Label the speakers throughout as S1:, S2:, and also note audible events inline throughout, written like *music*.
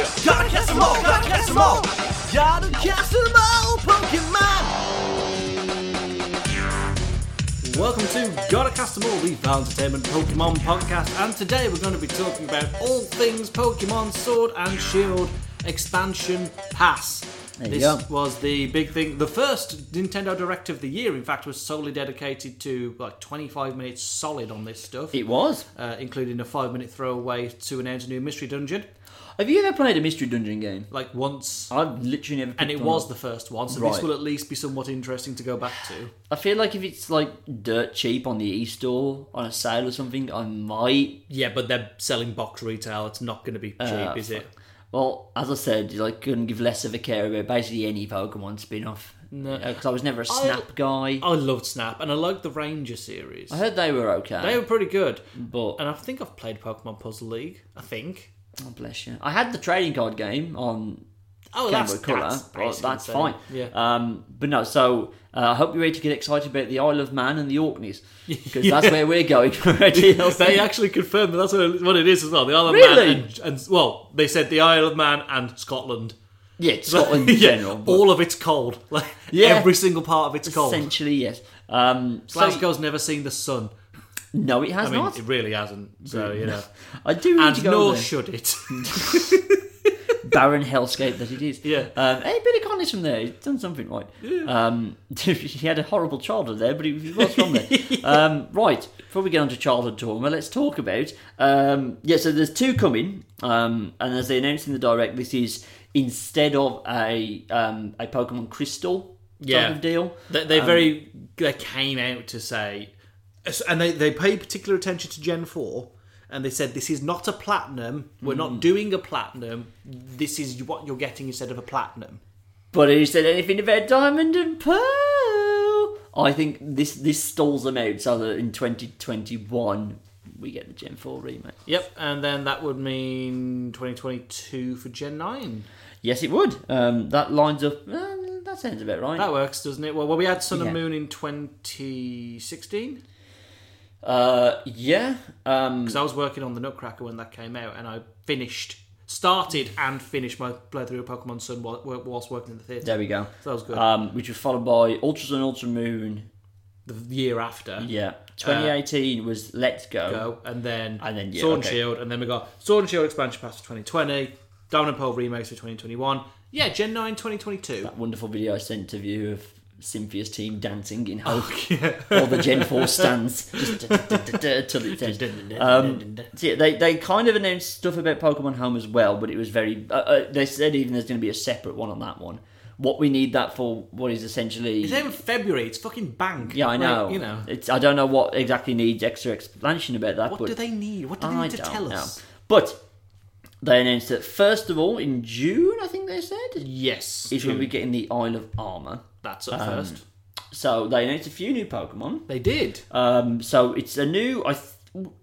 S1: もうかけすもやる気するもポケモ
S2: Welcome to Gotta Cast 'Em All, the Val Entertainment Pokemon podcast, and today we're going to be talking about all things Pokemon Sword and Shield Expansion Pass.
S1: There you
S2: this
S1: go.
S2: was the big thing. The first Nintendo Direct of the year, in fact, was solely dedicated to like 25 minutes solid on this stuff,
S1: It was.
S2: uh, including a five minute throwaway to announce a new mystery dungeon,
S1: Have you ever played a mystery dungeon game?
S2: like once.
S1: I've literally never.
S2: And it
S1: picked one
S2: was
S1: up.
S2: the first one, so this
S1: Right.
S2: will at least be somewhat interesting to go back to.
S1: I feel like if it's like dirt cheap on the e-store on a sale or something, I might.
S2: Yeah, but they're selling box retail. It's not going to be cheap,
S1: Uh,
S2: is it?
S1: Well, as I said, like couldn't give less of a care about basically any Pokemon spin-off.
S2: No.
S1: because I was never a Snap guy.
S2: I loved Snap, and I liked the Ranger series.
S1: I heard Mm. they were okay.
S2: They were pretty good,
S1: but
S2: and I think I've played Pokemon Puzzle League. I think.
S1: oh, bless you. I had the trading card game on
S2: Oh,
S1: Game
S2: that's
S1: Boy Color.
S2: that's,
S1: well,
S2: basically
S1: that's
S2: the
S1: fine.
S2: same. Yeah.
S1: Um, but no, so uh, I hope you're ready to get excited about the Isle of Man and the
S2: *laughs*
S1: Orkneys because that's
S2: Yeah.
S1: where we're going for our
S2: *laughs*
S1: DLC. *laughs*
S2: they actually confirmed that that's what it- what it is as well. The Isle of
S1: Uh, Really?
S2: Man and, and well, they said the Isle of Man and Scotland. *laughs*
S1: yeah, Scotland in
S2: Yeah,
S1: general. but
S2: all of it's cold. *laughs* Like
S1: Yeah.
S2: every single part of it's cold.
S1: essentially, yes. Um, so,
S2: Glasgow's never seen the sun.
S1: no, it has
S2: I mean,
S1: not.
S2: it really hasn't. So
S1: *laughs*
S2: you know,
S1: I do need to
S2: and
S1: go
S2: nor
S1: there.
S2: should it. *laughs*
S1: barren hellscape that it is.
S2: Yeah.
S1: Um, hey, Billy Connolly's from there. He's done something right. Um, *laughs* he had a horrible childhood there, but he he was
S2: *laughs*
S1: from there. um, right. Before we get on to childhood trauma, let's talk about. Um, yeah, so there's two coming. Um, and as they announced in the direct, this is instead of a um, a Pokemon Crystal
S2: Yeah.
S1: type of deal.
S2: They, they very they came out to say, Um, and they they pay particular attention to Gen Four, and they said this is not a platinum. We're not doing a platinum. This is what you're getting instead of a platinum.
S1: But who said anything about Diamond and Pearl? I think this this stalls them out so that in 2021 we get the Gen 4 remake.
S2: Yep, and then that would mean 2022 for Gen Nine.
S1: Yes, it would. Um, that lines up. Uh, that sounds about right.
S2: That works, doesn't it? Well, well we had Sun
S1: Yeah.
S2: and Moon in 2016
S1: Uh, yeah. Um,
S2: because I was working on the Nutcracker when that came out, and I finished. Started and finished my playthrough of Pokemon Sun while- whilst working in the theatre.
S1: there we go.
S2: So that was good.
S1: Um, which was followed by Ultra Sun, Ultra Moon.
S2: the year after.
S1: Yeah. 2018 was Let's Go.
S2: go, and then
S1: And then, yeah,
S2: Sword and
S1: okay.
S2: Shield, and then we got Sword and Shield expansion pass for 2020, Diamond and Pearl remakes for 2021. Yeah, Gen 9 2022.
S1: That wonderful video I sent to you of Cynthia's team dancing in Hulk.
S2: *laughs*
S1: All the Gen 4 stands. Just *laughs* da- da- da- da- till it ends. Um, so yeah, they, they kind of announced stuff about Pokemon Home as well, but it was very. Uh, uh, they said even there's going to be a separate one on that one. What we need that for, what is essentially.
S2: It's even February. It's fucking bank.
S1: Yeah, I
S2: Like,
S1: know.
S2: you know,
S1: it's I don't know what exactly needs extra explanation about that.
S2: what
S1: but
S2: do they need? What do they
S1: I
S2: need to
S1: don't
S2: tell
S1: know.
S2: us?
S1: But they announced that first of all in June, I think they said,
S2: Yes,
S1: is when we get in the Isle of Armor.
S2: that's
S1: um,
S2: up first.
S1: So they announced a few new Pokemon.
S2: They did.
S1: Um, so it's a new. I th-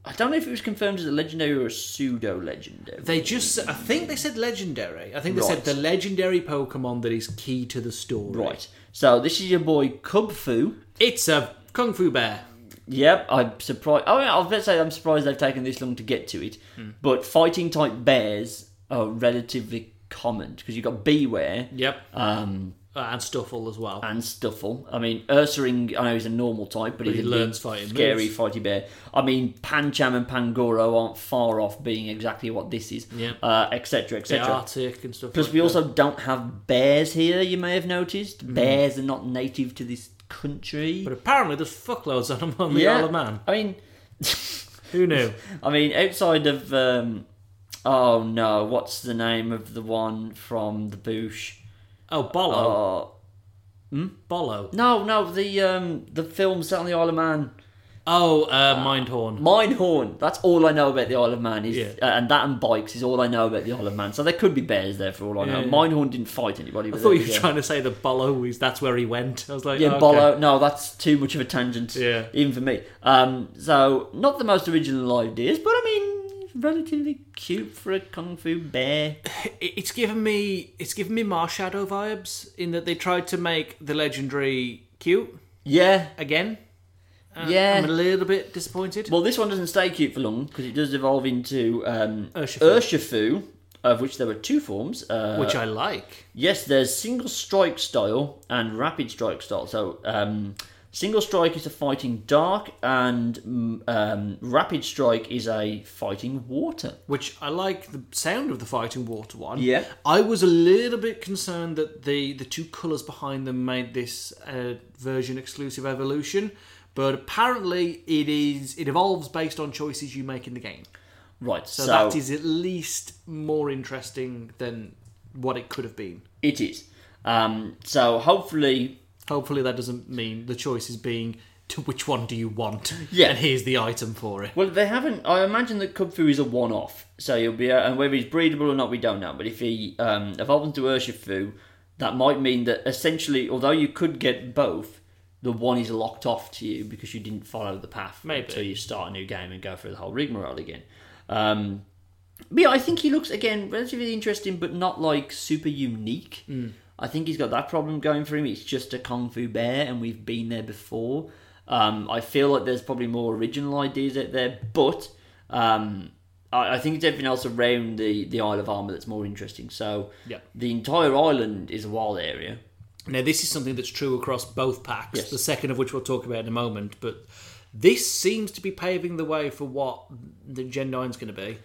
S1: I don't know if it was confirmed as a legendary or a pseudo legendary.
S2: They just, I think they said legendary. I think they
S1: Right.
S2: said the legendary Pokemon that is key to the story.
S1: right. So this is your boy Cubfu.
S2: It's a Kung Fu Bear.
S1: Yep, I'm surprised. Oh, yeah, I'll let's say I'm surprised they've taken this long to get to it.
S2: Hmm.
S1: But fighting type bears are relatively common because you've got Beware
S2: Yep.
S1: um,
S2: Uh, and Stuffle as well.
S1: and Stuffle. I mean, Ursaring, I know he's a normal type, but,
S2: he
S1: he's a
S2: learns
S1: big,
S2: fighting
S1: scary
S2: moves.
S1: fighty bear. I mean, Pancham and Pangoro aren't far off being exactly what this is,
S2: Yep.
S1: uh, etc.,
S2: The
S1: etc.
S2: Arctic and stuff.
S1: Plus,
S2: like
S1: we
S2: that.
S1: also don't have bears here. You may have noticed
S2: Hmm.
S1: bears are not native to this country.
S2: But apparently, there's fuckloads on them on the Isle of Man.
S1: I mean. *laughs*
S2: Who knew?
S1: I mean, outside of um, oh no, what's the name of the one from the Boosh?
S2: Oh, Bolo.
S1: Oh
S2: Bolo.
S1: no, no, the um, the film set on the Isle of Man,
S2: Oh, uh,
S1: Ah.
S2: Mindhorn.
S1: Mindhorn. That's all I know about the Isle of Man is,
S2: Yeah.
S1: uh, and that and bikes is all I know about the Isle of Man. So there could be bears there for all I know.
S2: Yeah.
S1: Mindhorn didn't fight anybody.
S2: I thought you were trying to say that Bolo is that's where he went. I was like,
S1: Yeah,
S2: okay.
S1: Bolo. No, that's too much of a tangent,
S2: Yeah.
S1: even for me. Um, so not the most original ideas, but I mean, relatively cute for a kung fu bear.
S2: It- It's given me it's given me Marshadow vibes in that they tried to make the legendary cute
S1: Yeah,
S2: again. Uh,
S1: Yeah.
S2: I'm a little bit disappointed.
S1: Well, this one doesn't stay cute for long because it does evolve into um,
S2: Urshifu.
S1: Urshifu, of which there were two forms. Uh,
S2: which I like.
S1: Yes, there's single strike style and rapid strike style. So, um, single strike is a fighting dark, and mm, um, rapid strike is a fighting water.
S2: Which I like the sound of the fighting water one.
S1: Yeah.
S2: I was a little bit concerned that the the two colours behind them made this uh, version exclusive evolution, but apparently it is it evolves based on choices you make in the game.
S1: Right, so,
S2: So, that is at least more interesting than what it could have been.
S1: it is. Um, so, hopefully,
S2: Hopefully that doesn't mean the choice is being to which one do you want?
S1: Yeah.
S2: And here's the item for it.
S1: Well, they haven't. I imagine that Kung Fu is a one-off, so you'll be. And whether he's breedable or not, we don't know. But if he um, evolves into Urshifu, that might mean that essentially, although you could get both, the one is locked off to you because you didn't follow the path
S2: Maybe.
S1: until you start a new game and go through the whole rigmarole again. Um, but yeah, I think he looks again relatively interesting, but not like super unique.
S2: Hmm.
S1: I think he's got that problem going for him. It's just a kung fu bear, and we've been there before. Um, I feel like there's probably more original ideas out there, but um, I, I think it's everything else around the, the Isle of Armor that's more interesting. So
S2: Yeah.
S1: the entire island is a wild area.
S2: Now, this is something that's true across both packs,
S1: Yes.
S2: the second of which we'll talk about in a moment, but this seems to be paving the way for what the Gen 9's going to be.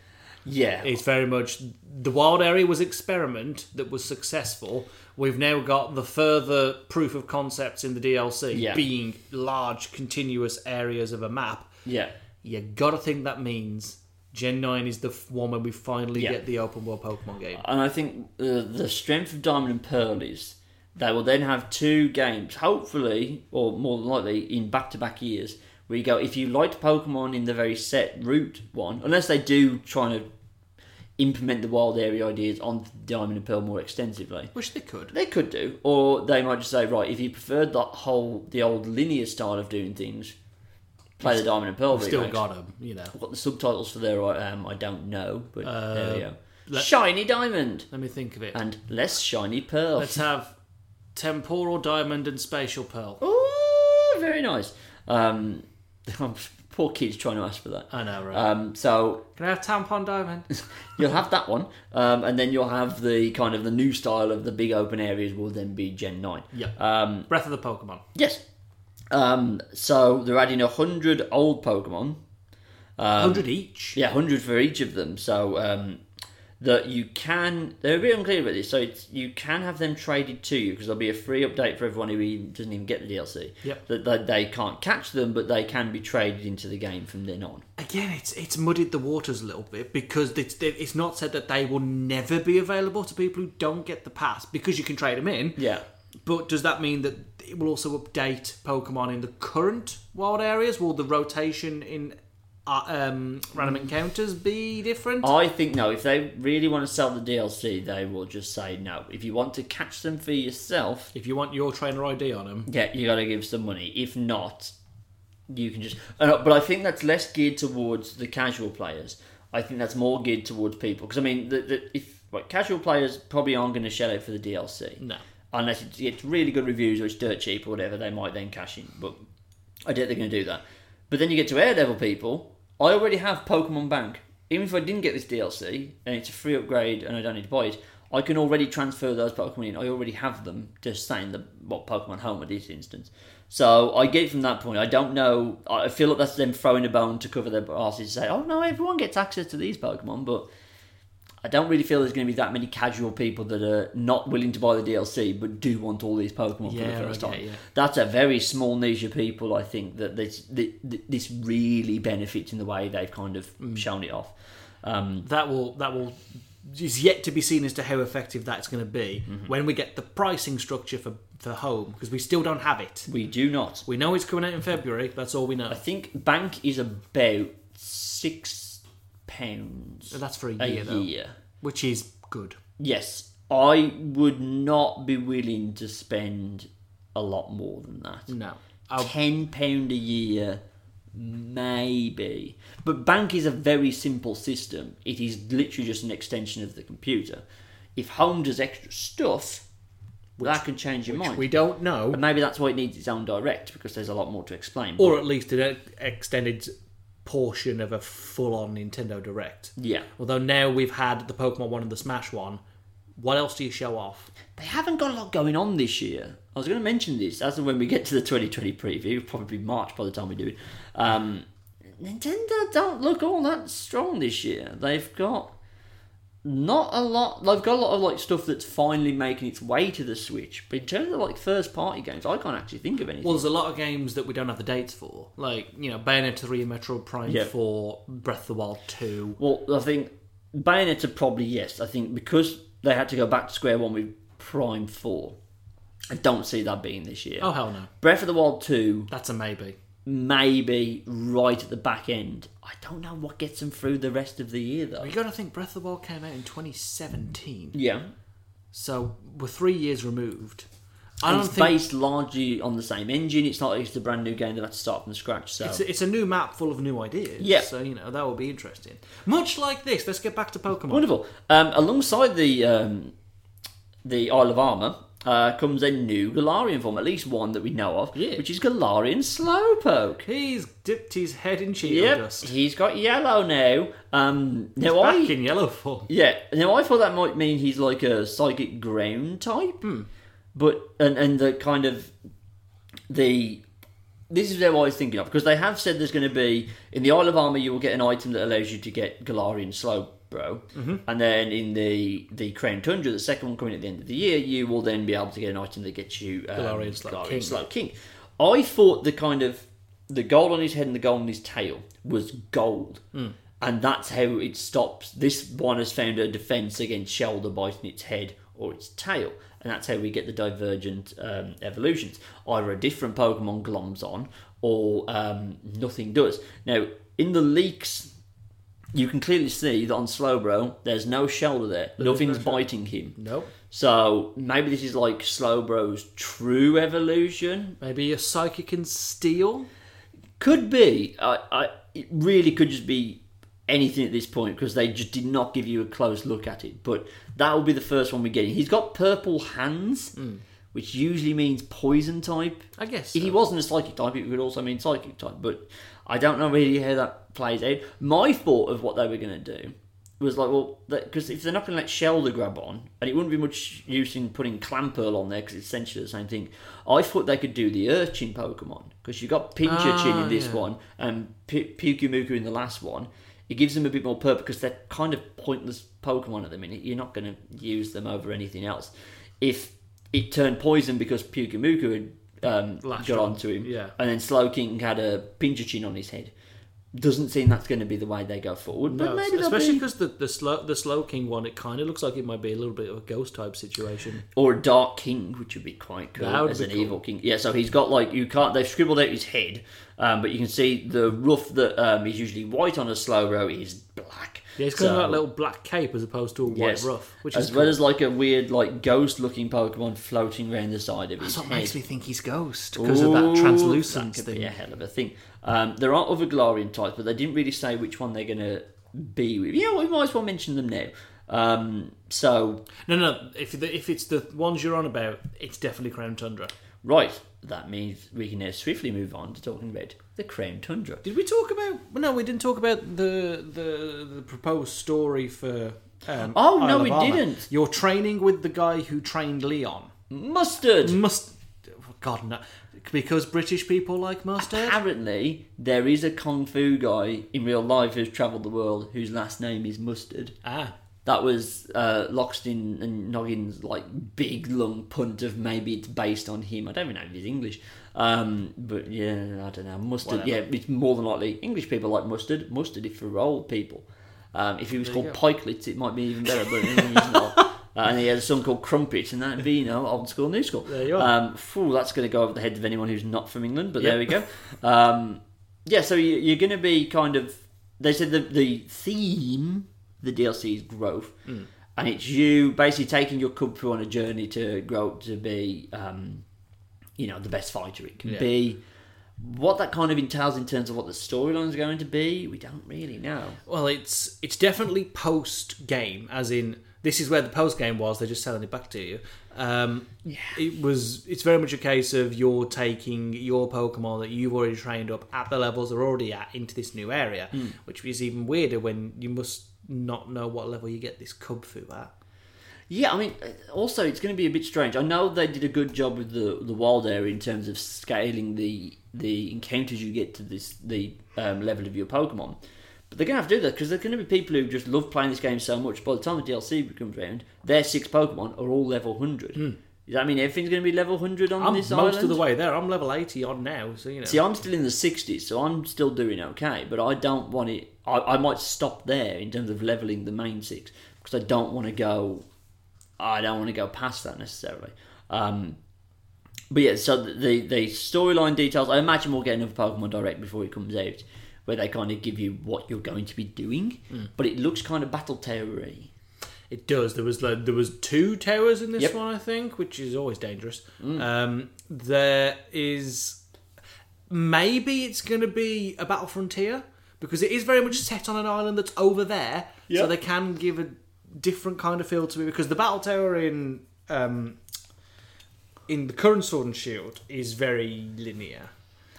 S1: Yeah,
S2: It's very much the wild area was experiment that was successful. We've now got the further proof of concepts in the DLC
S1: Yeah.
S2: being large, continuous areas of a map.
S1: yeah.
S2: You gotta think that means Gen 9 is the f- one when we finally
S1: Yeah.
S2: get the open world Pokemon game.
S1: And I think the, the strength of Diamond and Pearl is they will then have two games, hopefully, or more than likely, in back to back years, where you go, if you liked Pokemon in the very set route one, unless they do try to implement the wild area ideas on Diamond and Pearl more extensively.
S2: Wish they could.
S1: They could do, or they might just say, right, if you preferred that whole the old linear style of doing things, play the Diamond and Pearl.
S2: Still
S1: remakes.
S2: got them, you know.
S1: What the subtitles for there are, um, I don't know, but there we go.
S2: Uh, let-
S1: Shiny Diamond
S2: Let me think of it.
S1: and less shiny pearl.
S2: Let's have temporal diamond and spatial pearl.
S1: Ooh, Oh, very nice. Um, *laughs* poor kids trying to ask for that.
S2: I know, right?
S1: Um, so
S2: Can I have tampon diamond?
S1: you'll have that one, um, and then you'll have the kind of the new style of the big open areas will then be Gen Nine.
S2: *laughs* yeah.
S1: Um,
S2: Breath of the Pokemon.
S1: yes. Um, so they're adding hundred old Pokemon. Um,
S2: Hundred each.
S1: Yeah, hundred for each of them. So um, that you can. They're a bit unclear about this. So it's, you can have them traded to you because there'll be a free update for everyone who even, doesn't even get the DLC.
S2: Yep.
S1: That that they can't catch them, but they can be traded into the game from then on.
S2: Again, it's it's muddied the waters a little bit because it's it's not said that they will never be available to people who don't get the pass because you can trade them in.
S1: Yeah.
S2: But does that mean that it will also update Pokemon in the current wild areas? Will the rotation in uh, um, random
S1: Mm.
S2: encounters be different?
S1: I think no. If they really want to sell the DLC, they will just say no. If you want to catch them for yourself,
S2: If you want your trainer ID on them,
S1: yeah, you got to give some money. If not, you can just. Uh, but I think that's less geared towards the casual players. I think that's more geared towards people because I mean, the, the, if like, casual players probably aren't going to shell out for the DLC,
S2: no.
S1: unless it gets really good reviews or it's dirt cheap or whatever, they might then cash in. But I doubt they're going to do that. But then you get to air level people. I already have Pokemon Bank. Even if I didn't get this DLC and it's a free upgrade and I don't need to buy it, I can already transfer those Pokemon in. I already have them, just saying the what Pokemon Home at this instance. So I get it from that point. I don't know. I feel like that's them throwing a bone to cover their asses and say, "Oh no, everyone gets access to these Pokemon," but I don't really feel there's going to be that many casual people that are not willing to buy the DLC but do want all these Pokemon for
S2: Yeah,
S1: the first
S2: okay,
S1: time.
S2: yeah.
S1: That's a very small niche of people, I think, that this, th- th- this really benefits in the way they've kind of
S2: Mm.
S1: shown it off. Um,
S2: that will that will is yet to be seen as to how effective that's going to be
S1: Mm-hmm.
S2: when we get the pricing structure for for home because we still don't have it.
S1: we do not.
S2: We know it's coming out in February. That's all we know.
S1: I think Bank is about six pounds
S2: That's for a year,
S1: a
S2: though,
S1: year.
S2: which is good.
S1: Yes, I would not be willing to spend a lot more than that.
S2: No, I'll,
S1: ten pound a year, maybe. But bank is a very simple system. It is literally just an extension of the computer. If home does extra stuff, well, that can change your mind.
S2: we don't know,
S1: But maybe that's why it needs its own direct because there's a lot more to explain.
S2: or at least an extended portion of a full-on Nintendo Direct.
S1: Yeah.
S2: Although now we've had the Pokemon one and the Smash one, what else do you show off?
S1: They haven't got a lot going on this year. I was going to mention this as and when we get to the 2020 preview, it'll probably be March by the time we do it. Um, Nintendo don't look all that strong this year. They've got not a lot. They've got a lot of like stuff that's finally making its way to the Switch. But in terms of like first party games, I can't actually think of anything.
S2: Well, there's a lot of games that we don't have the dates for, like you know Bayonetta three, Metroid Prime
S1: Yeah.
S2: four, Breath of the Wild two.
S1: Well, I think Bayonetta probably yes. I think because they had to go back to square one with Prime Four, I don't see that being this year.
S2: Oh hell no,
S1: Breath of the Wild Two,
S2: that's a maybe.
S1: maybe right at the back end. I don't know what gets them through the rest of the year though.
S2: You got to think Breath of the Wild came out in 2017,
S1: Yeah,
S2: so we're three years removed. I
S1: and
S2: don't
S1: it's
S2: think
S1: based largely on the same engine. It's not like it's a brand new game that had to start from scratch. So
S2: It's a, it's a new map full of new ideas.
S1: Yeah.
S2: So, you know, that will be interesting. Much like this, let's get back to Pokemon.
S1: Wonderful. Um, alongside the um, the Isle of Armor uh, comes a new Galarian form, at least one that we know of,
S2: Yeah.
S1: which is Galarian Slowpoke.
S2: He's dipped his head in Cheeto
S1: Yep,
S2: dust.
S1: he's got yellow now. Um, now I
S2: Back in yellow form.
S1: yeah, now I thought that might mean he's like a psychic ground type,
S2: Hmm.
S1: but and and the kind of the this is what I was thinking of because they have said there's going to be in the Isle of Armor you will get an item that allows you to get Galarian Slowbro,
S2: Mm-hmm.
S1: and then in the the Crown Tundra, the second one coming at the end of the year, you will then be able to get an item that gets you um,
S2: Galarian Slow King.
S1: Slow King. I thought the kind of the gold on his head and the gold on his tail was gold. And that's how it stops. This one has found a defense against shoulder biting its head or its tail. And that's how we get the divergent um, evolutions. Either a different Pokemon gloms on or um, nothing does. Now, in the leaks, you can clearly see that on Slowbro, there's no shoulder there. Nothing's biting him.
S2: Nope.
S1: So maybe this is like Slowbro's true evolution.
S2: Maybe a psychic in steel?
S1: Could be. I, I, it really could just be anything at this point because they just did not give you a close look at it. But that will be the first one we're getting. He's got purple hands, which usually means poison type.
S2: Hmm. I guess.
S1: If he
S2: so.
S1: wasn't a psychic type, it would also mean psychic type. But I don't know really how that plays out. My thought of what they were going to do was like, well, because if they're not going to let Shelder grab on, and it wouldn't be much use in putting Clamperl on there because it's essentially the same thing. I thought they could do the Urchin Pokemon because you got Pinchurchin
S2: Ah,
S1: in this
S2: yeah.
S1: one and P- Pukumuku in the last one. It gives them a bit more purpose because they're kind of pointless Pokemon at the minute. You're not going to use them over anything else. If it turned poison because Pukumuku had um,
S2: Latched
S1: got
S2: on.
S1: onto him,
S2: Yeah.
S1: and then Slow King had a Pinchurchin on his head. Doesn't seem that's going to be the way they go forward, but
S2: No,
S1: maybe they'll
S2: especially
S1: be-
S2: because the, the slow the slow king one, it kind of looks like it might be a little bit of a ghost type situation.
S1: or a dark king, which would be quite cool
S2: That would
S1: as
S2: be
S1: an
S2: cool.
S1: evil king. Yeah, so he's got like you can't. They've scribbled out his head, um, but you can see the roof that um, is usually white on a slow row is black.
S2: Yeah, it's kind
S1: So-
S2: of like a little black cape as opposed to a white
S1: yes.
S2: ruff, which
S1: as
S2: is
S1: well as like a weird like ghost looking Pokemon floating around the side of his
S2: that's what
S1: head.
S2: makes me think he's ghost because of that
S1: Ooh,
S2: translucent
S1: that could
S2: thing.
S1: Be a hell of a thing. Um, there are other Galarian types, but they didn't really say which one they're going to be with. Yeah, we might as well mention them now. Um, so,
S2: No, no. If the, if it's the ones you're on about, it's definitely Crown Tundra.
S1: right, that means we can now swiftly move on to talking about the Crown Tundra.
S2: Did we talk about? well, No, we didn't talk about the the, the proposed story for. Um,
S1: Oh, no,
S2: of
S1: we
S2: Armor.
S1: didn't.
S2: You're training with the guy who trained Leon.
S1: Mustard!
S2: Must. oh, God no, because British people like mustard.
S1: Apparently, there is a kung fu guy in real life who's travelled the world whose last name is Mustard.
S2: Ah,
S1: That was uh, Loxton and Noggin's like big long punt of maybe it's based on him. I don't even know if he's English, um, but yeah, I don't know. Mustard,
S2: Whatever.
S1: yeah, it's more than likely English people like mustard. Mustard if for roll people. Um, if he was
S2: There you
S1: called Pikelet, it might be even better, but he's not.
S2: *laughs*
S1: Uh, and he had a son called Crumpet, and that'd be you know old school, new school.
S2: There you are.
S1: Um, phew, that's going to go over the heads of anyone who's not from England. But there we
S2: Yep.
S1: go. Um, yeah, so you- you're going to be kind of. They said the the theme, of the DLC is growth,
S2: Hmm.
S1: and it's you basically taking your cub through on a journey to grow up to be, um, you know, the best fighter it can
S2: Yeah.
S1: be. What that kind of entails in terms of what the storyline's going to be, we don't really know.
S2: well, it's it's definitely post game, as in This is where the post game was. They're just selling it back to you. Um, It was. It's very much a case of you're taking your Pokemon that you've already trained up at the levels they're already at into this new area,
S1: Hmm.
S2: which is even weirder when you must not know what level you get this Cub Fu at.
S1: Yeah, I mean, uh, also it's going to be a bit strange. I know they did a good job with the the wild area in terms of scaling the the encounters you get to this the um, level of your Pokemon, but they're going to have to do that because there's going to be people who just love playing this game so much. By the time the DLC comes around, their six Pokemon are all level hundred. Does that mean everything's going to be level hundred on
S2: Hmm. I'm
S1: this
S2: most
S1: island?
S2: of the way there. I'm level eighty odd now, so you know.
S1: See, I'm still in the 60s, so I'm still doing okay, but I don't want it. I, I might stop there in terms of leveling the main six because I don't want to go. I don't want to go past that necessarily. Um, but yeah, so the the, the storyline details. I imagine we'll get another Pokemon Direct before it comes out, where they kind of give you what you're going to be doing. But it looks kind of battle towery.
S2: It does. There was like, there was two towers in this
S1: Yep. Mm.
S2: one, I think, which is always dangerous. Um, there is maybe it's going to be a battle frontier because it is very much set on an island that's over there, so
S1: Yep.
S2: they can give a different kind of feel to it because the battle tower in um, in the current Sword and Shield is very linear.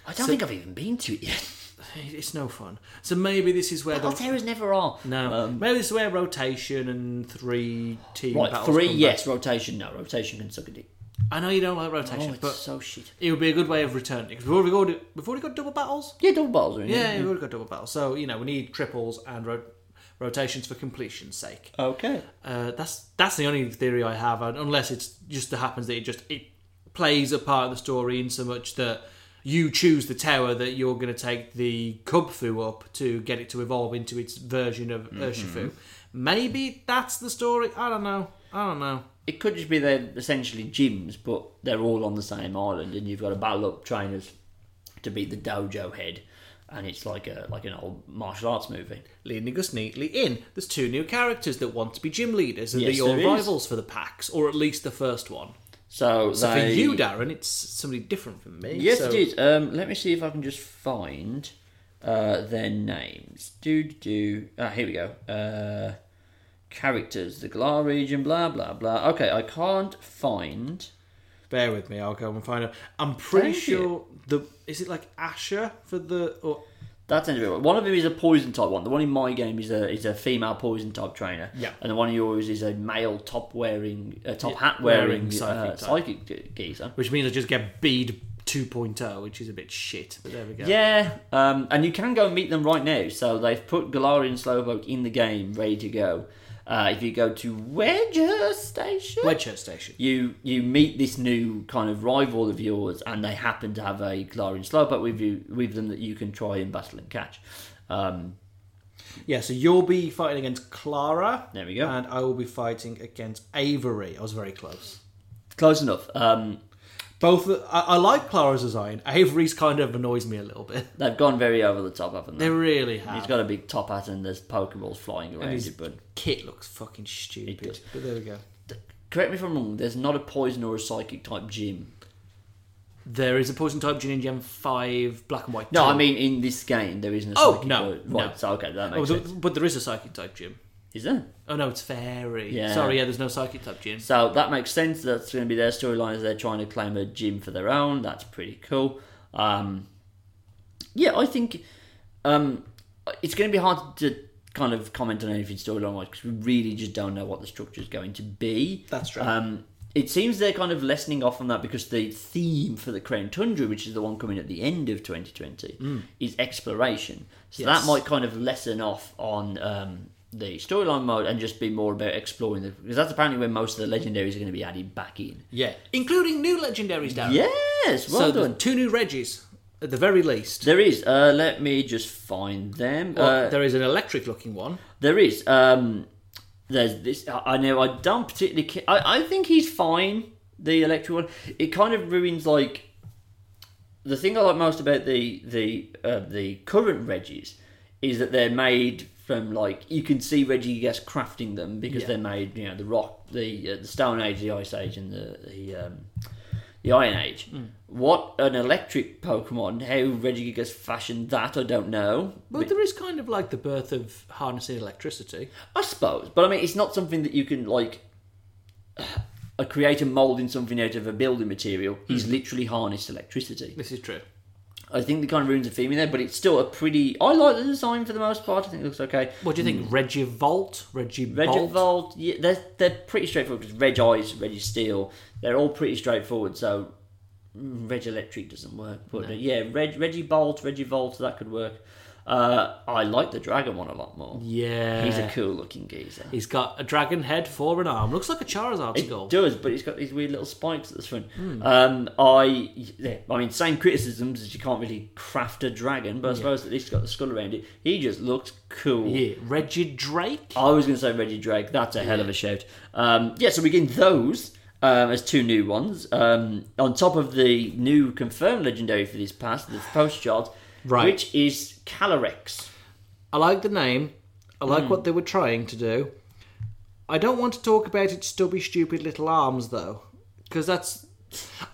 S1: I don't think I've even been to it yet.
S2: It's no fun. So maybe this is where
S1: *laughs* Battle
S2: the
S1: towers never are.
S2: no,
S1: Um,
S2: maybe this is where rotation and three team
S1: right,
S2: battles
S1: three
S2: come back.
S1: yes, rotation no, rotation can suck a dick.
S2: I know you don't like
S1: Oh,
S2: rotation,
S1: it's
S2: but
S1: so shit.
S2: it would be a good way of returning because we've already got we've already got double battles.
S1: Yeah, double bottles. Are in it.
S2: Yeah, we've already got double battles. So you know we need triples and ro- rotations for completion's sake.
S1: Okay.
S2: Uh, that's that's the only theory I have, and unless it's just happens that it just it plays a part of the story in so much that you choose the tower that you're going to take the cub foo up to get it to evolve into its version of Urshifu. Maybe that's the story. I don't know. I don't know.
S1: It could just be they're essentially gyms, but they're all on the same island, and you've got to battle up trainers to beat the dojo head, and it's like a like an old martial arts movie.
S2: leading us neatly in. There's two new characters that want to be gym leaders, and
S1: Yes,
S2: they're
S1: there
S2: your
S1: is.
S2: rivals for the packs, or at least the first one.
S1: So,
S2: So
S1: they-
S2: for you, Darren, it's somebody different from me.
S1: yes,
S2: so
S1: it is. Um, let me see if I can just find uh, their names. Do do, do. Ah, here we go. Uh, characters, the Galar region, blah blah blah. Okay, I can't find.
S2: Bear with me. I'll go and find out. I'm pretty
S1: Thank you.
S2: sure the is it like Asher for the or
S1: That's interesting. One of them is a poison type one. The one in my game is a is a female poison type trainer.
S2: Yeah.
S1: And the one of yours is a male top wearing, uh, top
S2: Yeah,
S1: hat wearing
S2: wearing psychic
S1: uh,
S2: type.
S1: psychic ge- geezer.
S2: which means I just get bead 2.0, oh, which is a bit shit. But there we go.
S1: Yeah. Um, and you can go and meet them right now. So they've put Galarian Slowpoke in the game, ready to go. Uh, if you go to Wedgehurst Station,
S2: Wedgehurst Station.
S1: you you meet this new kind of rival of yours, and they happen to have a Galarian Slowpoke with you with them that you can try and battle and catch. Um,
S2: Yeah, so you'll be fighting against Clara.
S1: There we go.
S2: And I will be fighting against Avery. I was very close.
S1: close enough. Um,
S2: Both, I, I like Clara's design. Avery's kind of annoys me a little bit.
S1: They've gone very over the top, haven't they?
S2: They really
S1: He's
S2: have.
S1: got a big top hat and there's Pokeballs flying around
S2: he's-
S1: it, but
S2: Kit looks fucking stupid.
S1: It does.
S2: But there we go.
S1: correct me if I'm wrong, there's not a poison or a psychic type gym.
S2: There is a poison type gin in Gem Five Black and White.
S1: No,
S2: two.
S1: I mean in this game there isn't a
S2: Oh,
S1: psychic
S2: no,
S1: or- right,
S2: no.
S1: so okay, that
S2: Oh,
S1: makes
S2: th-
S1: sense.
S2: but there is a psychic type gym.
S1: Is there?
S2: Oh no, it's fairy.
S1: Yeah.
S2: Sorry, yeah, there's no psychic type gym.
S1: So that makes sense. That's going to be their storyline as they're trying to claim a gym for their own. That's pretty cool. Um, yeah, I think um, it's going to be hard to kind of comment on anything storyline wise because we really just don't know what the structure is going to be.
S2: That's true.
S1: Um, it seems they're kind of lessening off on that because the theme for the Crown Tundra, which is the one coming at the end of 2020, is exploration. So
S2: Mm. Yes.
S1: that might kind of lessen off on um, the storyline mode and just be more about exploring the. Because that's apparently when most of the legendaries are going to be added back in.
S2: yeah, including new legendaries, Darren.
S1: Yes, well
S2: so
S1: done.
S2: there's two new Reggies at the very least.
S1: There is. Uh, let me just find them.
S2: Well,
S1: uh,
S2: there is an electric looking one.
S1: There is. Um, there's this. I I know. I don't particularly. Ca- I I think he's fine. The electric one. It kind of ruins like. The thing I like most about the the uh, the current Reggies is that they're made from like you can see Reggie Guest crafting them because
S2: Yeah.
S1: they're made you know the rock the uh, the Stone Age the Ice Age and the the um, the the Iron Age. What an electric Pokemon! How Regigigas fashioned that, I don't know.
S2: But there is kind of like the birth of harnessing electricity.
S1: I suppose, but I mean, it's not something that you can like. *sighs* Uh, create a mold in something out of a building material. He's literally harnessed electricity.
S2: This is true.
S1: I think the kind of ruins a theme in there, but it's still a pretty. I like the design for the most part. I think it looks okay.
S2: What do you
S1: Hmm.
S2: think? Regivolt? Regivolt?
S1: Regivolt, yeah, they're they're pretty straightforward. Because Reg Ice, Reg Steel, they're all pretty straightforward. So mm, Reg Electric doesn't work, but uh, yeah, Reg Regibolt, Regivolt, that could work. Uh, I like the dragon one a lot more.
S2: Yeah.
S1: He's a cool looking geezer.
S2: He's got a dragon head for an arm. Looks like a Charizard
S1: It
S2: skull.
S1: does, but it's got these weird little spikes at the front.
S2: Hmm.
S1: Um, I, yeah, I mean, same criticisms as you can't really craft a dragon, but I suppose at least it's got the skull around it. He just looks cool.
S2: yeah. Regidrake?
S1: I was going to say Reggie Drake. That's a hell of a shout. Um, yeah, so we get those um, as two new ones um, on top of the new confirmed legendary for this pass, the post shard,
S2: Right.
S1: which is Calorex.
S2: I like the name. I like
S1: Hmm.
S2: what they were trying to do. I don't want to talk about its stubby, stupid little arms though, because that's.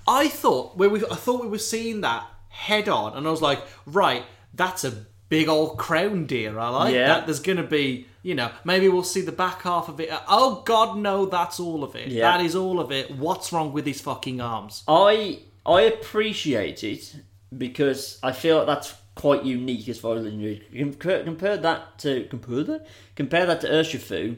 S2: I thought when we, I thought we were seeing that head on, and I was like, right, that's a big old crown deer. I like
S1: Yeah.
S2: that. There's gonna be, you know, maybe we'll see the back half of it. Oh God, no, that's all of it.
S1: Yeah.
S2: That is all of it. What's wrong with these fucking arms?
S1: I I appreciate it because I feel like that's quite unique as far as legendary. Compare, compare that to compare that compare that to Urshifu,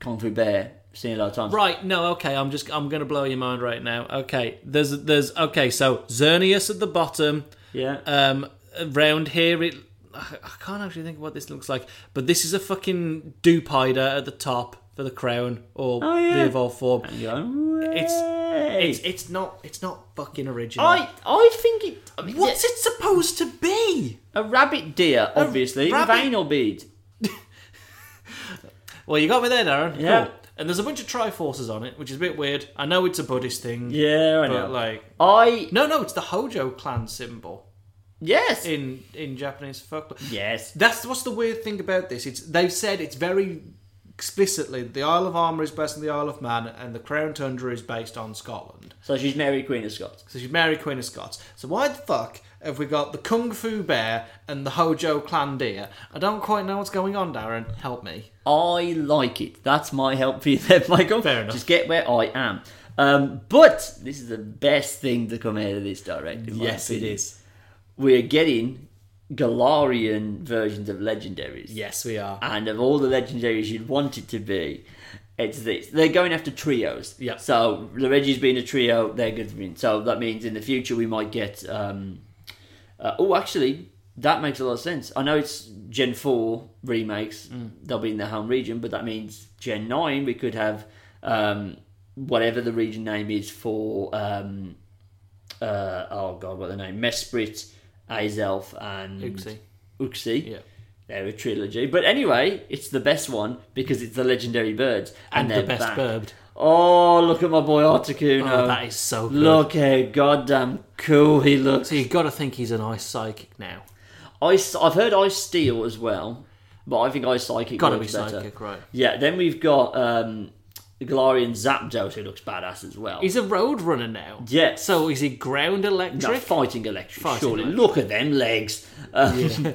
S1: Kung Fu Bear, seen a lot of times.
S2: Right, no, okay, I'm just I'm gonna blow your mind right now. Okay. There's there's okay, so Xerneas at the bottom.
S1: Yeah.
S2: Um round here it I I can't actually think of what this looks like, but this is a fucking dupider at the top for the crown or
S1: Oh, yeah.
S2: the evolved form.
S1: it's
S2: It's it's not it's not fucking original.
S1: I I think it. I mean,
S2: What's it supposed to be?
S1: A rabbit deer, obviously.
S2: rabbit-
S1: With anal bead.
S2: Well, you got me there, Darren.
S1: Yeah.
S2: Cool. And there's a bunch of triforces on it, which is a bit weird. I know it's a Buddhist thing,
S1: Yeah, I
S2: but like
S1: I
S2: no, no, it's the Hojo clan symbol.
S1: yes,
S2: in in Japanese folklore.
S1: yes.
S2: That's what's the weird thing about this. It's they've said it's very explicitly the Isle of Armor is based on the Isle of Man, and the Crown Tundra is based on Scotland.
S1: So she's Mary Queen of Scots.
S2: So she's Mary Queen of Scots. So why the fuck have we got the Kung Fu Bear and the Hojo Clan Deer? I don't quite know what's going on, Darren. Help me.
S1: I like it. That's my help for you there, *laughs* Michael.
S2: Fair enough.
S1: Just get where I am. Um, but this is the best thing to come out of this direct. in my opinion. We're getting Galarian versions of legendaries.
S2: Yes, we are.
S1: and of all the legendaries you'd want it to be, it's this. They're going after trios.
S2: Yeah.
S1: So Luigi's being a trio, they're good to win. So that means in the future we might get. Um, uh, oh, actually, that makes a lot of sense. I know it's Gen Four remakes;
S2: Mm.
S1: they'll be in their home region, but that means Gen Nine we could have um, whatever the region name is for. Um, uh, oh God, what the name? Mesprit, Azelf, and
S2: Uxie.
S1: Uxie.
S2: Yeah.
S1: They're a trilogy. But anyway, it's the best one because it's the legendary birds.
S2: And, the
S1: they're
S2: best
S1: back.
S2: bird.
S1: Oh, look at my boy Articuno.
S2: Oh, that is so good.
S1: look how goddamn cool he looks.
S2: So you've got to think he's an ice psychic now.
S1: Ice, I've heard Ice Steel as well, but I think Ice Psychic
S2: Got to be
S1: works better.
S2: psychic, right?
S1: Yeah, then we've got um, the Galarian Zapdos who looks badass as well.
S2: He's a road runner now.
S1: yeah,
S2: So is he ground
S1: no,
S2: electric?
S1: fighting electric,
S2: Fighting
S1: surely.
S2: electric.
S1: Look at them legs. Um,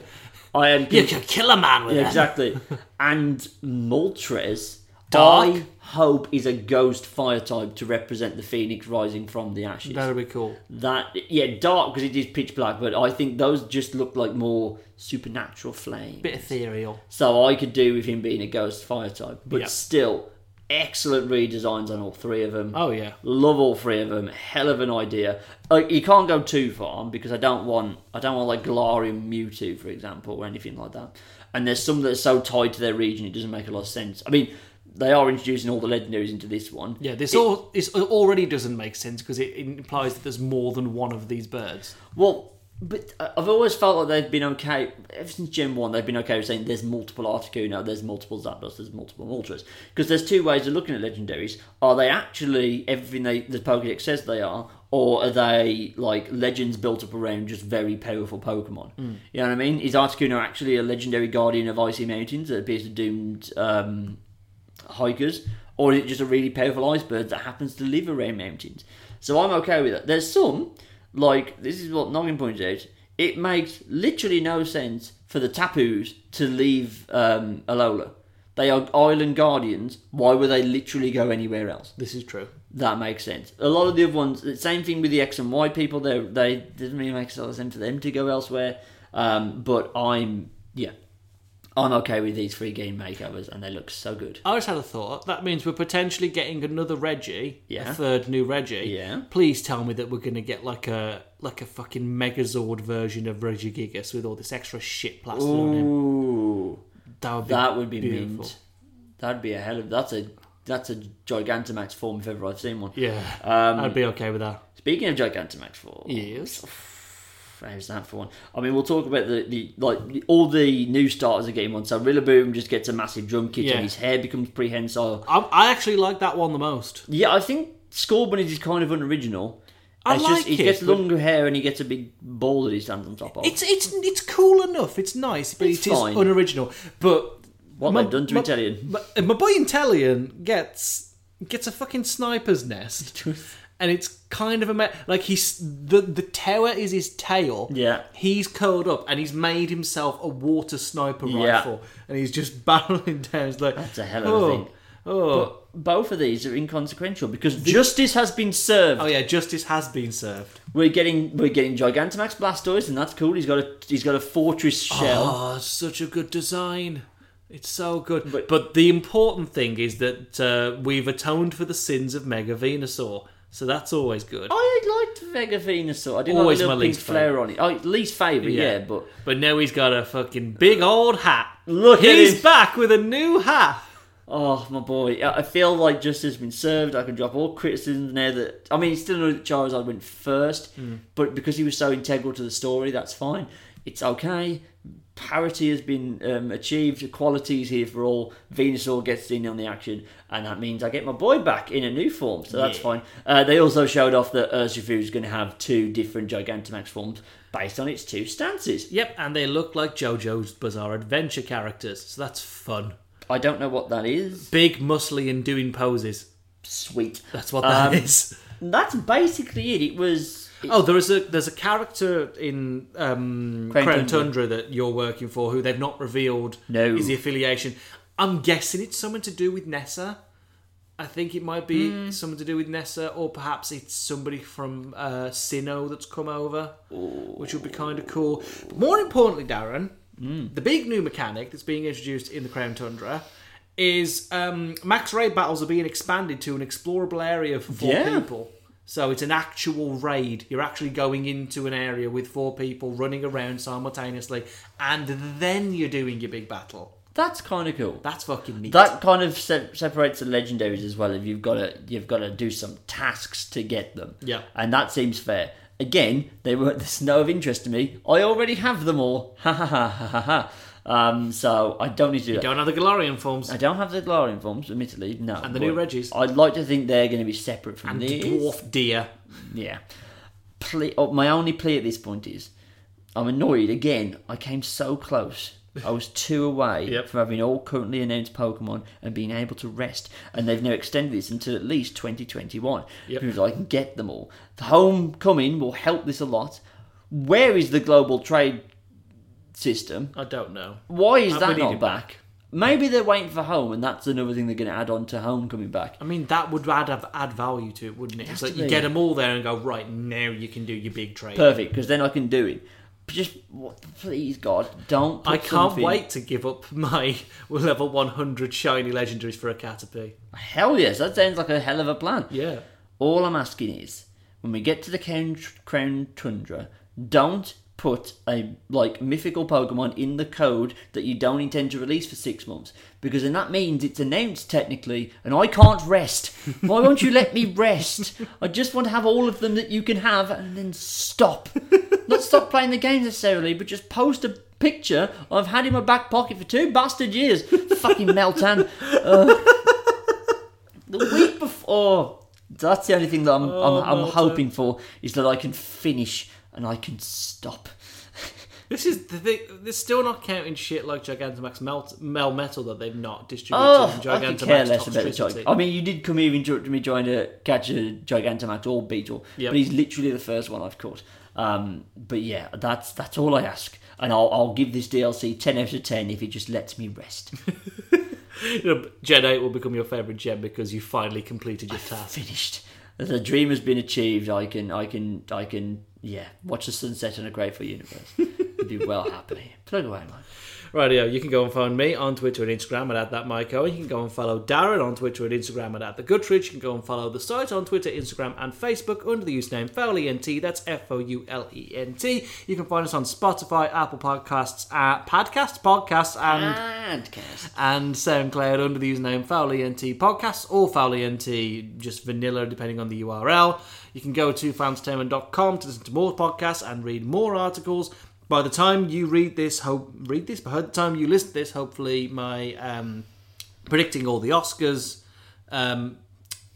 S1: I am
S2: You could kill a man with
S1: Yeah,
S2: that.
S1: exactly. *laughs* and Moltres,
S2: Dark.
S1: I hope is a ghost fire type to represent the phoenix rising from the ashes.
S2: That'd be cool.
S1: That yeah, dark because it is pitch black, but I think those just look like more supernatural flame.
S2: Bit ethereal.
S1: So I could do with him being a ghost fire type, but
S2: Yep.
S1: still excellent redesigns on all three of them.
S2: Oh yeah.
S1: Love all three of them. Hell of an idea. Like, you can't go too far because I don't want I don't want like Galarian Mewtwo, for example, or anything like that. And there's some that are so tied to their region, it doesn't make a lot of sense. I mean, they are introducing all the legendaries into this one.
S2: Yeah, this all this already doesn't make sense because it implies that there's more than one of these birds.
S1: Well, but I- I've always felt like they've been okay ever since Gen One. They've been okay with saying there's multiple Articuno, there's multiple Zapdos, there's multiple Moltres. Because there's two ways of looking at legendaries: are they actually everything they the Pokédex says they are, or are they like legends built up around just very powerful Pokemon? You know what I mean? Is Articuno actually a legendary guardian of icy mountains that appears to doomed um, hikers, or is it just a really powerful iceberg that happens to live around mountains? So I'm okay with it. There's some, like, this is what Noggin points out. It makes literally no sense for the Tapus to leave um, Alola. They are island guardians. Why would they literally go anywhere else?
S2: This is true.
S1: That makes sense. A lot of the other ones, the same thing with the X and Y people. They they didn't really make a lot of sense for them to go elsewhere. Um, but I'm yeah, I'm okay with these three game makeovers, and they look so good.
S2: I just had a thought. That means we're potentially getting another Reggie,
S1: Yeah.
S2: a third new Reggie.
S1: Yeah.
S2: Please tell me that we're gonna get like a like a fucking Megazord version of Reggie Gigas with all this extra shit plastered on him.
S1: Ooh,
S2: That would be
S1: that would be
S2: beautiful.
S1: mint. That'd be a hell of that's a that's a Gigantamax form if ever I've seen one.
S2: Yeah,
S1: Um,
S2: I'd be okay with that.
S1: Speaking of Gigantamax form,
S2: Yes.
S1: How's that for one? I mean, we'll talk about the, the like all the new starters are getting one. So Rillaboom just gets a massive drum kick,
S2: Yeah.
S1: and his hair becomes prehensile.
S2: I, I actually like that one the most.
S1: Yeah, I think Skull Bunny is kind of unoriginal.
S2: I
S1: it's just
S2: like
S1: he
S2: it,
S1: gets
S2: but-
S1: longer hair and he gets a big ball that he stands on top of.
S2: It's it's it's cool enough. It's nice, but
S1: It's
S2: it's
S1: fine.
S2: unoriginal. But
S1: what
S2: my-
S1: they've done to
S2: my-
S1: Italian.
S2: my, my boy Intellion gets gets a fucking sniper's
S1: *laughs*
S2: nest, and it's kind of a ama- like he's the the tower is his tail.
S1: Yeah.
S2: he's curled up and he's made himself a water sniper
S1: Yeah.
S2: rifle, and he's just *laughs* barreling down. It's like
S1: That's a hell of a
S2: oh,
S1: thing.
S2: Oh.
S1: Both of these are inconsequential because justice has been served.
S2: oh yeah, justice has been served.
S1: We're getting we're getting Gigantamax Blastoise, and that's cool. He's got a he's got a fortress shell.
S2: Oh, it's such a good design. It's so good. But, the important thing is that uh, we've atoned for the sins of Mega Venusaur, so that's always good.
S1: Oh, I liked Vega Venusaur. I didn't
S2: Always
S1: like the
S2: my
S1: little pink
S2: least
S1: flare on it. Oh, least favourite, yeah.
S2: Yeah.
S1: but
S2: But now he's got a fucking big old hat.
S1: Look at
S2: He's
S1: him.
S2: back with a new hat.
S1: oh my boy, I I feel like justice has been served. I can drop all criticism there. That I mean, it's still know that Charizard went first,
S2: Hmm.
S1: but because he was so integral to the story, that's fine. It's okay. Parity has been um, achieved. Equality is here for all. Venusaur gets in on the action, and that means I get my boy back in a new form. So that's
S2: Yeah.
S1: fine. Uh, they also showed off that Urshifu is going to have two different Gigantamax forms based on its two stances.
S2: Yep, and they look like JoJo's Bizarre Adventure characters, so that's fun.
S1: I don't know what that is.
S2: Big, muscly, and doing poses.
S1: Sweet.
S2: That's what that
S1: Um,
S2: is.
S1: That's basically it. It was.
S2: Oh, there is a there's a character in um,
S1: Crown
S2: Crown,
S1: Tundra.
S2: Tundra. that you're working for who they've not revealed
S1: No.
S2: is the affiliation. I'm guessing it's something to do with Nessa. I think it might be
S1: Hmm.
S2: something to do with Nessa, or perhaps it's somebody from uh, Sinnoh that's come over, which would be kind of cool. But more importantly, Darren,
S1: Hmm.
S2: the big new mechanic that's being introduced in the Crown Tundra is um, max raid battles are being expanded to an explorable area for four
S1: Yeah.
S2: people. So it's an actual raid. You're actually going into an area with four people running around simultaneously, and then you're doing your big battle.
S1: That's kind of cool.
S2: That's fucking neat.
S1: That kind of se- separates the legendaries as well. If you've got to, you've got to do some tasks to get them.
S2: Yeah.
S1: and that seems fair. Again, they were *laughs* this is no of interest to me. I already have them all. Ha ha ha ha ha. ha. Um, so I don't need to do that.
S2: Don't have the Galarian forms.
S1: I don't have the Glorian forms, admittedly. No,
S2: And the new
S1: but
S2: Reggies.
S1: I'd like to think they're going to be separate from
S2: And
S1: these.
S2: dwarf deer.
S1: Yeah. Plea, oh, my only plea at this point is I'm annoyed again. I came so close.
S2: *laughs*
S1: I was two away
S2: Yep.
S1: from having all currently announced Pokemon and being able to rest, and they've now extended this until at least 2021.
S2: Yep.
S1: Because I can get them all. The homecoming will help this a lot. Where is the global trade system?
S2: I don't know.
S1: Why is
S2: Uh, we
S1: that
S2: need
S1: not
S2: it
S1: back? Maybe they're waiting for home, and that's another thing they're going to add on to home coming back.
S2: I mean, that would add add value to it, wouldn't it? It's
S1: has
S2: like
S1: to
S2: you
S1: be.
S2: get them all there and go right now. You can do your big trade.
S1: perfect because then I can do it. But just what, please, God, don't. Put
S2: I can't
S1: something-
S2: wait to give up my *laughs* level 100 shiny legendaries for a Caterpie.
S1: Hell yes, that sounds like a hell of a plan.
S2: Yeah.
S1: All I'm asking is, when we get to the crown, crown tundra, don't put a like mythical Pokemon in the code that you don't intend to release for six months, because then that means it's announced technically, and I can't rest. Why won't you let me rest? I just want to have all of them that you can have, and then stop. Not stop playing the game necessarily, but just post a picture I've had in my back pocket for two bastard years. Fucking Meltan. *laughs* The week before. That's the only thing that I'm,
S2: Oh,
S1: I'm, I'm
S2: Malta.
S1: hoping for is that I can finish and I can stop.
S2: This is the thing. They're still not counting shit like Gigantamax Melt Mel Metal that they've not distributed.
S1: Oh,
S2: in
S1: I
S2: Gigantamax
S1: could care less about the
S2: Toxicity.
S1: Gigantamax. I mean, you did come here and interrupt me trying to catch a Gigantamax or Beetle,
S2: Yep.
S1: but he's literally the first one I've caught. Um, but yeah, that's that's all I ask, and I'll, I'll give this DLC ten out of ten if it just lets
S2: *laughs*
S1: me rest.
S2: You know, Gen Eight will become your favorite gem because you finally completed your task.
S1: Finished. The dream has been achieved. I can I can I can yeah watch the sunset in a grateful universe. It'd
S2: *laughs*
S1: be well happily. Plug away, mate.
S2: Radio, you can go and find me on Twitter and Instagram at, at that Miko. You can go and follow Darren on Twitter and Instagram at, at the Goodrich. You can go and follow the site on Twitter, Instagram, and Facebook under the username FouleNT. E That's F O U L E N T. You can find us on Spotify, Apple Podcasts, uh, Podcasts, Podcasts, and
S1: And cast.
S2: and SoundCloud under the username FoulENT Podcasts or FoulENT, just vanilla, depending on the URL. You can go to fanstainment.com to listen to more podcasts and read more articles. By the time you read this, hope read this. By the time you listen to this, hopefully my um, predicting all the Oscars um,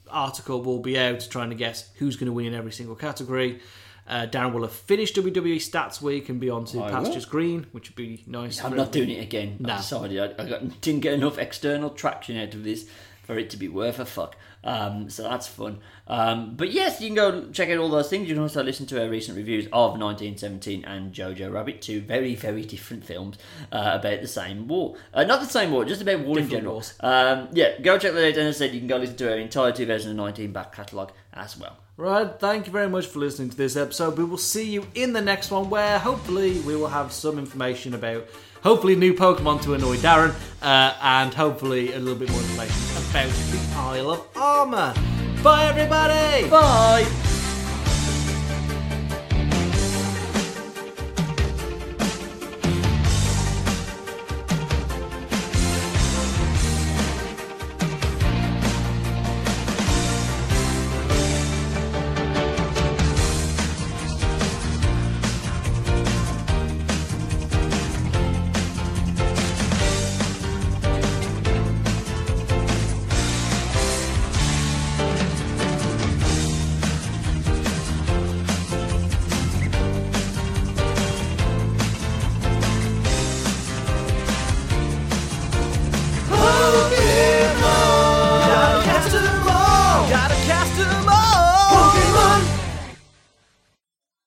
S2: article will be out trying to guess who's going to win in every single category. Uh, Darren will have finished WWE Stats Week and be on to
S1: I will.
S2: Pastures Green, which would be nice.
S1: I'm
S2: for
S1: not doing it again.
S2: No.
S1: I decided I, I got, didn't get enough external traction out of this for it to be worth a fuck. Um, so that's fun. Um, but yes, you can go check out all those things. You can also listen to our recent reviews of 1917 and Jojo Rabbit, two very, very different films uh, about the same war. Uh, not the same war, just about war in
S2: Different
S1: general.
S2: wars.
S1: Um, yeah, go check that out. And as I said, you can go listen to our entire 2019 back catalogue as well.
S2: Right, thank you very much for listening to this episode. We will see you in the next one where hopefully we will have some information about hopefully new Pokemon to annoy Darren uh, and hopefully a little bit more information about the Isle of Armor. Bye, everybody!
S1: Bye!